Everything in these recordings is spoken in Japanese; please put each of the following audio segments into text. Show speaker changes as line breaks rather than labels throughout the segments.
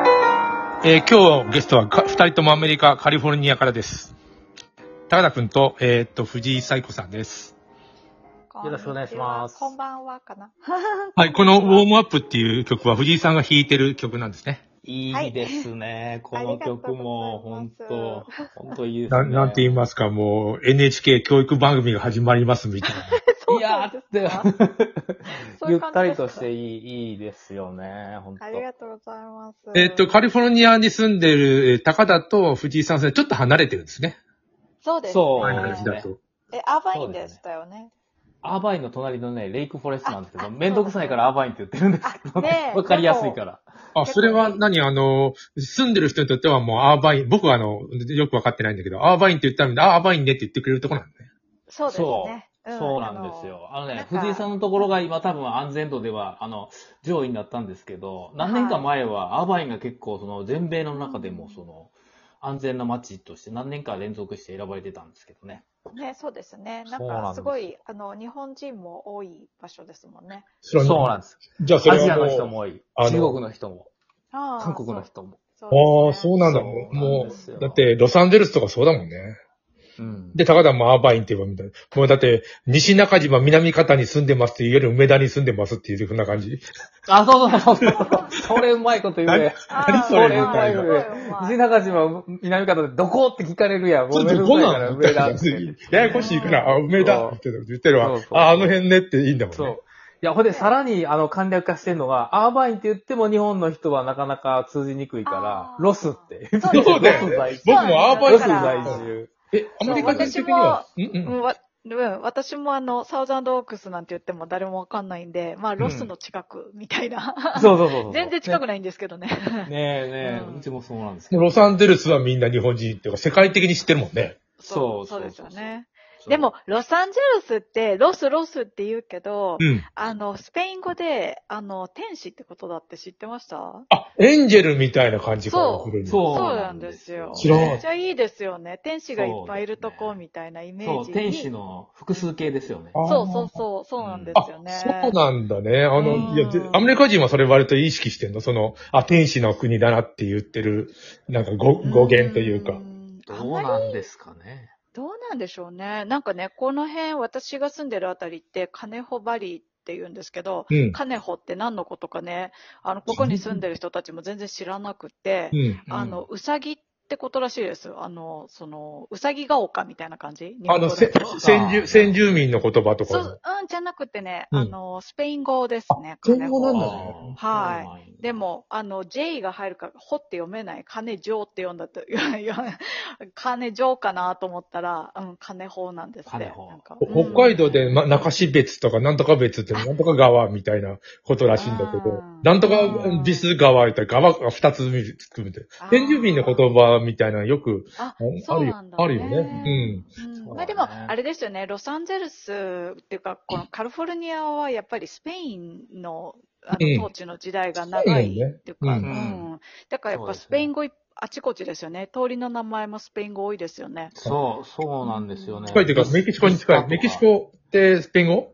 えー今日のゲストはか二人ともアメリカ、カリフォルニアからです。高田くんと、えーっと、藤井彩子さんです。
よろしくお願いします
こんばんはか な。
はい、このウォームアップっていう曲は藤井さんが弾いてる曲なんですね。
いいです ね。この曲も、
あり
本
がとうござい
当
ます
本当いいです
な
ね。
なんて言いますか、もう NHK 教育番組が始まりますみたいな。
そう
いや
な
ー
ん
っ
で
て
すか。そうい
ゆっ
う感じですか
たりとしていい、いいですよね。本当
ありがとうございます。
えーっと、カリフォルニアに住んでるえー高田と藤井さんはちょっと離れてるんですね。
そうです、
そう
前の
で
話
す
だと。
え、アーバインでしたよね。
アーバインの隣のね、レイクフォレストなんですけ
ああ
ど、めんどくさいからアーバインって言ってるんですけど、
あねえ
わかりやすいから。
あ、それは何あの、住んでる人にとってはもうアーバイン、僕はあの、よくわかってないんだけど、アーバインって言ったら、あアーバインねって言ってくれるとこなんだね。
そうですね。ん
そうなんです。よ。あの
なん
ね、
か
藤井さんのところが今多分安全度では、あの、上位になったんですけど、何年か前はアーバインが結構その全米の中でもその、安全な街として何年か連続して選ばれてたんですけどね。
あのね、そうですね。なん
そうなん
か、
です
すごい、あの、日本人も多い場所ですもんね。
そうなんです。
じゃあそ
ア
れ
ジ
は
ア
も
の
う
人も多い。
あの
中国の人も、
あー
韓国の。人も。
あ
そう
あ、そう
う
なんだ。
そうなんですよ
もう、だって、ロサンゼルスとかそうだもんね。
うん。
で、高田もアーバインって言えばみたいな。もうだって、西中島、南方に住んでますっていうより梅田に住んでますっていうふうな感じ。
あ、そうそうそうそう。それうまいこと言うね。
何そ
れ
み
みたいな
な
藤中島、南方でどこって聞かれるやん。
ち
も
ょ
う
っ
めん
と
ど
こ
く
ん
さい
な
から
の
梅田って
ややこしいから、あ、梅田って言ってるわ
そうそう。そう
あ、あの辺ねっていいんだもん
そう
ね。。
いや、ほんで、さらに、あの、簡略化してんのが、アーバインって言っても日本の人はなかなか通じにくいか
あー
ら、ロスって。
そう
そうだよ
ロス在
僕もアーバイン
ロ
だ
ス
から
在住。
え、アメリカ人的には、うんう。
うんんわうん、私もあの、サウザンドオークスなんて言っても誰もわかんないんで、まあ、ロスの近くみたいな。
そうそうそうそう。
全然近く
ね
ないんですけどね。
ねえね
うん
え、うちもそうなんですけど。
ロサンゼルスはみんな日本人っていうか、世界的に知ってるもんね。
そう
そう
そう
ですよね。
そう
でも、、ロサンゼルスって、ロスロスって言うけど、
うん。
あの、スペイン語で、あの、天使ってことだって知ってました
あ、エンジェルみたいな感じかな
そう
来るの
そう
なんですよ。
知らない
めっちゃいいですよね。天使がいっぱいいるとこみたいなイメ
そ
ー
う、
ジに。
天使の複数形ですよね。
あー
そうそうそう、そうなんですよね。
あ、そうなんだね。あの、
うん
いや、でアメリカ人はそれ割と意識してんのその、あ、天使の国だなって言ってる、なんか語語源というか。
んあん
どう
まり
なんですかね。
どうなんでしょうね。なんかね、この辺、私が住んでるあたりって、カネホバリーって言うんですけど、
うん。
カネホって何のことかね、あの、ここに住んでる人たちも全然知らなくて
う、ん。
あの、うさぎってことらしいです。あの、その、うさぎが丘みたいな感じ
あの、せ
日本語だと
先住、先住民の言葉と
そ
か
う。、うん、じゃなくてね、
うん
あの、スペイン語ですね。
スペイン語
カネホ
なんだね
あー
はで、
そう
も、あの、J が入るから、ほって読めない、金城って読んだと、いやいや、 金城かなと思ったら、うん、金法なんです
金
ね
法。
なんか
ほ北海道で、ま、中標別とか、なんとか別って、なんとか川みたいなことらしいんだけど
あ、ー
なんとかビス川言ったら、川が二つ含めて。先住民の言。葉みたいなのよく、
あ
あ
ー、そうなんだ、
あるよあるよね。
うん
そうだね
まあでも、あれですよね、ロサンゼルスっていうか、このカリフォルニアはやっぱりスペインのあ
うん
の統治の時代が長いっていうか、
そう
だよねうん
うんだからやっぱスペイン語いあちこちですよね、通りの名前もスペイン語多いですよね。
そう、そうなんですよね。
近いというか、メキシコに近い。メキシコってスペイン語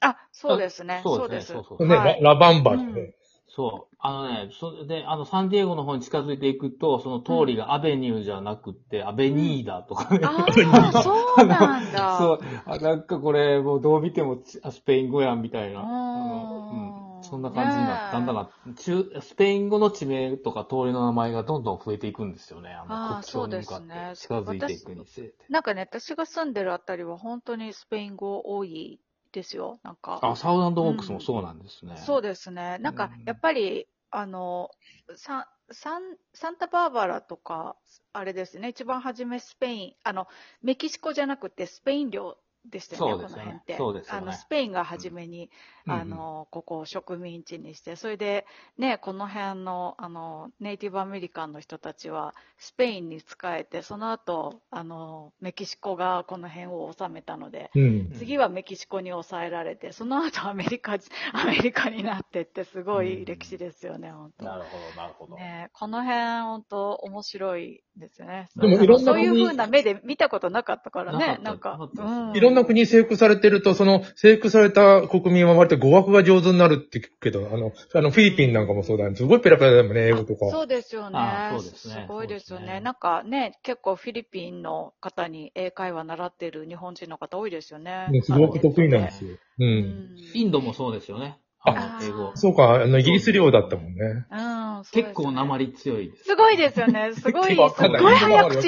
あ、そうですね、
そ
そうう
で
ですす。
ねそうそう
ね、
はい
ララバンバってね。
うん
そう。あのね、それで、あの、サンディエゴの方に近づいていくと、その通りがアベニューじゃなくて、アベニーダとかね。
ああ、そうなんだ。
そう。あなんかこれ、もうどう見てもちあスペイン語やんみたいな。
うーん
あのうんそんな感じになったんだな。中、スペイン語の地名とか通りの名前がどんどん増えていくんですよね。あの、
あー
国境に向か
そうで
って
す
近
ね
づいていくにつれて。
なんかね、私が住んでるあたりは本当にスペイン語多いですよ。なんか。
あ、サウザンドオークスもそうなんですね。
そうですね。なんか
うん、
やっぱり、あの、サン、サン、サンタバーバラとか、あれですね、一番初めスペイン、あの、メキシコじゃなくてスペイン領でしたよね、
そうで
こ
す
の
よね
辺って。
そうですよね
あの、スペインが初めに、
うん
あの、ここを植民地にして、それで、ね、この辺の、あの、ネイティブアメリカンの人たちは、スペインに仕えて、その後、あの、メキシコがこの辺を治めたので、
うん。
次はメキシコに抑えられて、その後アメリカ、 アメリカになってってすごい歴史ですよね、本
な
当。
るほど、なるほど。
ねえこの辺本当面白いですよね。
でも
そう
いろんな
そういう
国
風な目で見たことなかったからね、な
なんか
か
った。
う
いろんの国征服されてると、その征服された国民は割と語学が上手になるって聞くけど、あの、あのフィリピンなんかもそうだね。すごいペラペラだもんね、英語と
あ
か。
そうですよね
あそうですね
ごいですよね
そうですね
なんかね、結構フィリピンの方に英会話習ってる日本人の方多いですよね。
ねすごく得意なんですよ。う。
うんん。
インドもそうですよね。
あ
あの、英語。
そうか、あの、イギリス領だったもんね。
うん、そうです
結
ね
構鉛強いです。
すごいですよね。すごい、す
わかんない
ごい早口。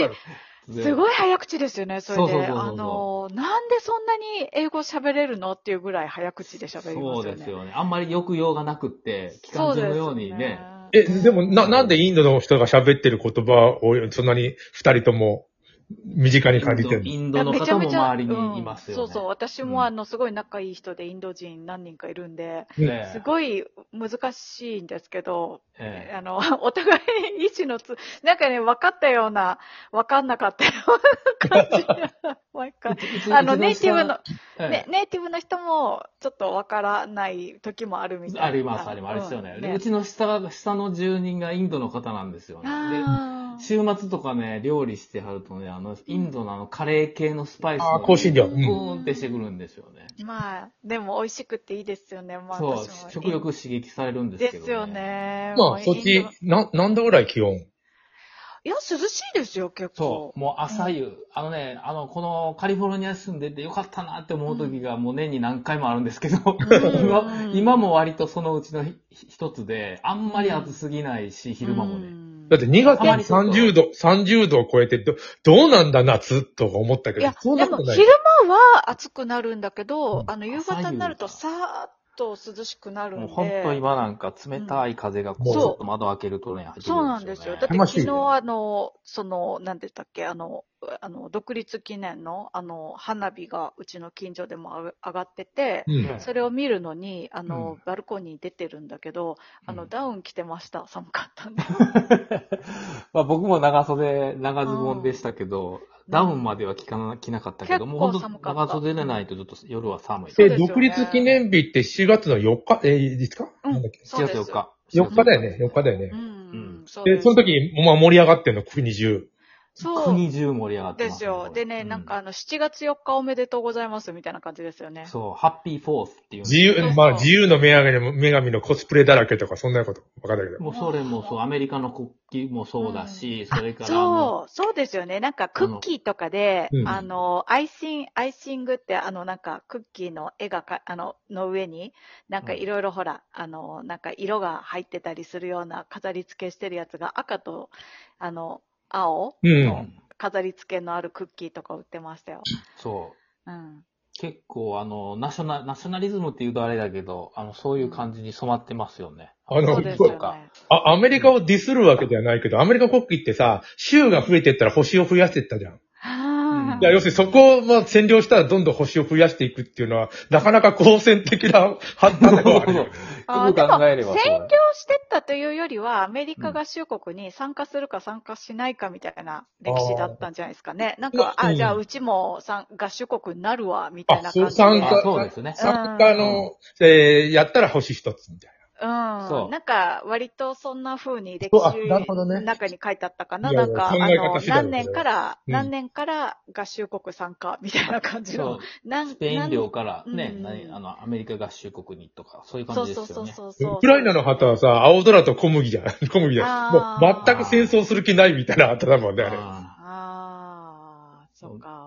す
い。
ごい早口ですよね、それで。
そうそうそうそう
あの、なんでそんなに英語喋れるのっていうぐらい早口で喋りま
そう
すよね。
ですよね。あんまり抑揚がなくって、機関銃のようにね。
え、でも、な、なんでインドの人が喋ってる言葉を、そんなに二人とも身近に感じてる
イ
の
ン
いや
ドの
めちゃ
方
め
も
ちゃ
周りにいますよね。
うんそうそう、私
うん
もあの、すごい仲いい人でインド人何人かいるんで、
ね
すごい難しいんですけど、
ええ
あの、 お互い意思のつ、なんかね、分かったような、分かんなかったような 感じ。毎回。あの、ネイティブの、、
ええ
ね、ネイティブの人も、ちょっと分からない時もあるみたいな。
あります、あります。あれですよね。
うん
でうちの下が、下の住人がインドの方なんですよね。
あ
で、
ー
週末とかね、料理してはるとね、あの、インドのあの、カレー系のスパイス
あー香辛料
ブ
うん
ーンってしてくるんですよね。
まあ、でも美味しくていいですよね。まあ、
そう
私も、
食欲刺激されるんですけど、
ですよ。ね。も
まあ、
う
そっ
イン
ち
ド、
な、何度ぐらい気温
いや、涼しいですよ、結構
そ。う、もう朝夕、あのね、あの、このカリフォルニアに住んでてよかったなって思う時がもう年に何回もあるんですけど、
うん
今、今も割とそのうちのひ一つで、あんまり暑すぎないし、昼間も
う
ね。
ん
だって2月
あまりそうそう
30度、30度を超えてど、どうなんだ夏とか思ったけ
い
ど
や、、
そう
で
なこ
も
とない
昼。間は暑くなるんだけど、
うん
あの、夕方になるとさ
朝
ーっと涼しくなるん
もう
で。
本当今なんか冷たい風がこう、
うん
ちょっと窓開けるとね、入ってくる
そうなんですよ。だって
羨ましい
昨
よ
日あの、その、なんでしたっけ、あの、あの、独立記念の、あの、花火がうちの近所でもあが上がってて、
うん。
それを見るのに、あの、
う
バルコニーに出てるんだけど、あ
う
の、
ん
ダウン着てました。寒かったんで。
まあ僕も長袖、長ズボンでしたけ
う
ど、
ん
ダウンまでは着かな着なかったけ
結
ど、もう
構
本当
寒かった
長袖でないとちょっと夜は寒い。
そう
で、
ですよね
独立記念日って4月の4日、えー、いつか、
うん
なんだっけ
そう
7
で
月
す
4日。
?4 日だよね、4日だよね
う。ん、そうで
で、
す。
その時、まあ盛り上がってんの、国中。
そう
国中盛り上がって
で
ますすね、こ
よ。で
れ
ね、
う
なんかあの、7月4日おめでとうございますみたいな感じですよね。
そう、ハッピーフォースっていう。
自
そうそ
由、
う
まあ自由の女神の女神のコスプレだらけとか、そんなことわかんないけど。
もうそれもそう、アメリカの国旗もそうだし、それからも
そう、そうですよね。なんかクッキーとかで、
うん
あの、アイシン、アイシングって、あの、なんかクッキーの絵がか、あの、の上に、なんかいろいろほら、あの、なんか色が入ってたりするような飾り付けしてるやつが赤と、あの、青、
う。
うん
飾り付けのあるクッキーとか売ってましたよ。
そう。
うん。
結構、あの、ナショナ、ナショナリズムって言うとあれだけど、あの、そういう感じに染まってますよね。
あの
そうですよ
とか
ね。
あ、アメリカをディスるわけではないけど、アメリカ国旗ってさ、州が増えてったら星を増やしてったじゃん。
は
だから要するにそこをまあ占領したらどんどん星を増やしていくっていうのは、なかなか好戦的な判断ではある よね。
あ
よく考えれば
でも
そう
占領してったというよりは、アメリカ合衆国に参加するか参加しないかみたいな歴史だったんじゃないですかね。なんか、
う
あ、
ん
じゃあうちも参合衆国になるわ、みたい
あ、
な
そ
感
う、
じで。
参
あ
加、
そうですね
参加の、えー、やったら星一つみたい
うん
そ。う
なんか、割とそんな風に歴
そうあ
史
なるほどね
の中に書いてあったかな。
いや
ないん
や
か、あ
考え方
の、
次第だけど
何年から、
うん
何年から合衆国参加みたいな感じ
そ
の
う。。
なん
スペイン領からね、
うん
何あの、アメリカ合衆国にとか、そういう
なそ
感
う
じです
そう
よね。
そうそう
な。
そう。
ウクライナの旗はさ、青空と小麦じゃん。 小麦だ
あー
よ。もう全く戦争する気ないみたいな旗だもんね、あれ。
あ
ああ、そうか。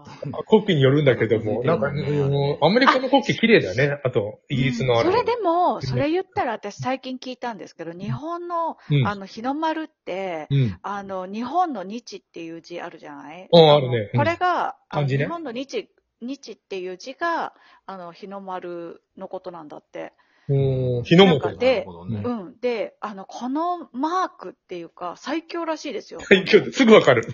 国旗によるんだけども、
続いて
なん
るも
か、
んね
うんアメリカの国旗綺麗だよね。あと、イギリスのあ
そ
れ。
れでも、
ね
それ言ったら私最近聞いたんですけど、日本の、
うん
あの、日の丸って、
うん。
あの、日本の日っていう字あるじゃない
うん
の
あるねうん
これが、あの
漢字ね
日本の日、日っていう字が、あの、日の丸のことなんだって。
うん。日の
あ。
な
本
んか
で。
で
なるほどね
う
うん。で、あの、このマークっていうか、最強らしいですよ。
最強ですぐわかる。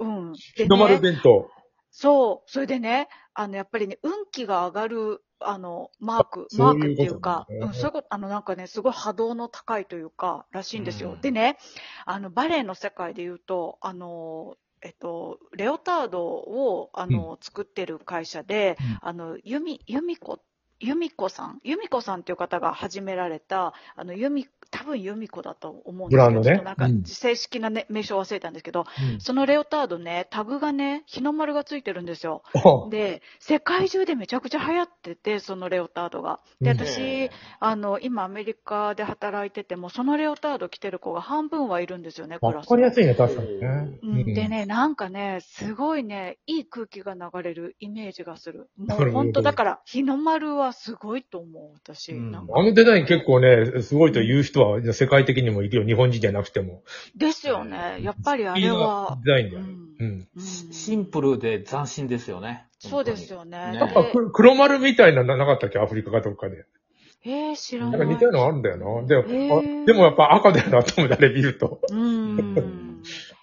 うん。で
日の丸
ね、
弁当。
そう。それでね、あの、やっぱりね、運気が上がる、あの、マーク、
そ
マ
う
ーク
い
っ
う
て
こ
い
と
うか、
ね
うん、そういうこと、あの、なんかね、すごい波動の高いというか、らしいんですよ。
うん
でね、あの、バレエの世界で言うと、あの、えっと、レオタードを、あの、作ってる会社で、あの、ユミ、ユミコ由美子さん、由美子さんという方が始められた、あの由美多分由美子だと思うん
ブ
ですけど、
ランドね
ちょっとなんか
うん
正式な、ね名称忘れたんですけど、そのレオタードね、タグがね、日の丸がついてるんですよ。
お
で、世界中でめちゃくちゃ流行ってて、そのレオタードが。で、
うん
私、あの、今アメリカで働いてても、そのレオタード着てる子が半分はいるんですよね、ク
わ
ラス。
かりやすいね、確かにね。
うん、で
ね。
ね、なんかね、すごいね、いい空気が流れるイメージがする。も
な
う
るほど
本当だから、日の丸はすごいと思う、私。
うん
なんか
あのデザイン結構ね、すごいという人は世界的にもいるよ。日本人じゃなくても。
ですよね、やっぱりあ
いい
れ
な
は。
デザイン
う
だよね。う
んうん
ん。
シンプルで斬新ですよね。
そうですよね。
なんか
で
く黒丸みたいなのなかったっけアフリカかどっかで。
えー、知ら
なん
な
か
い。
似たようなのあるんだよな。で
へ
も、
ー
あでもやっぱ赤だよな、と思うあれ見ると。
うん。
うん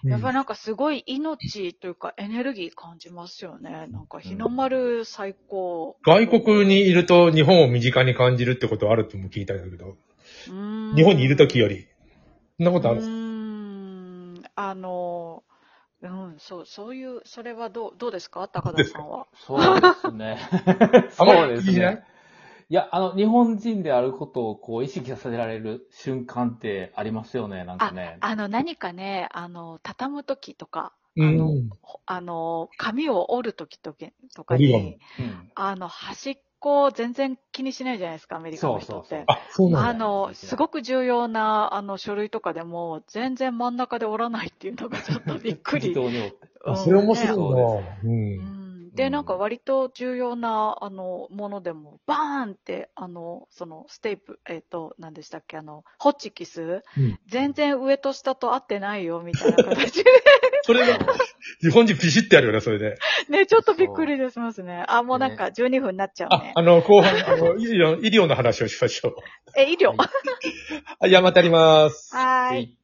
やっぱなんかすごい命というかエネルギー感じますよね。なんか日の丸最高。
外国にいると日本を身近に感じるってことあるとも聞いたんだけど。
うん
日本にいるときより。そんなことある
うん
です
ん。あの、うん、そう、そういう、それはどう、どうですか高田さんは。
そうですね。
あまり気
そうです
にしない
ね。いや、あの、日本人であることをこう意識させられる瞬間ってありますよね、なんか
あ
ね、。
あの、何かね、あの、畳むときとか、あ
うん
の、ほあの、紙を折るときとけとか
折り
に
紙、
うん
あの、端っこを全然気にしないじゃないですか、アメリカの人って。
そうそうそう
あ、そうなん
あ
だ。
の、すごく重要な、あの、書類とかでも、全然真ん中で折らないっていうのがちょっとびっく り。
適当に折って
あそれ面
うんね
白いな。う。
うんんで、なんか割と重要な、あの、ものでも、バーンって、あの、その、ステープ、えっ、と、何でしたっけ、あの、ホチキス、
うん
全然上と下と合ってないよ、みたいな形で、
それが、日本人ピシってやるよね、それで。
ね、ちょっとびっくりしますね。あ、もうなんか12分になっちゃう
あ
ね、。
あの、後半、あの、医療医療の話をしましょう。
え、医療。
はい、じゃあまたやります。
はーい。
いい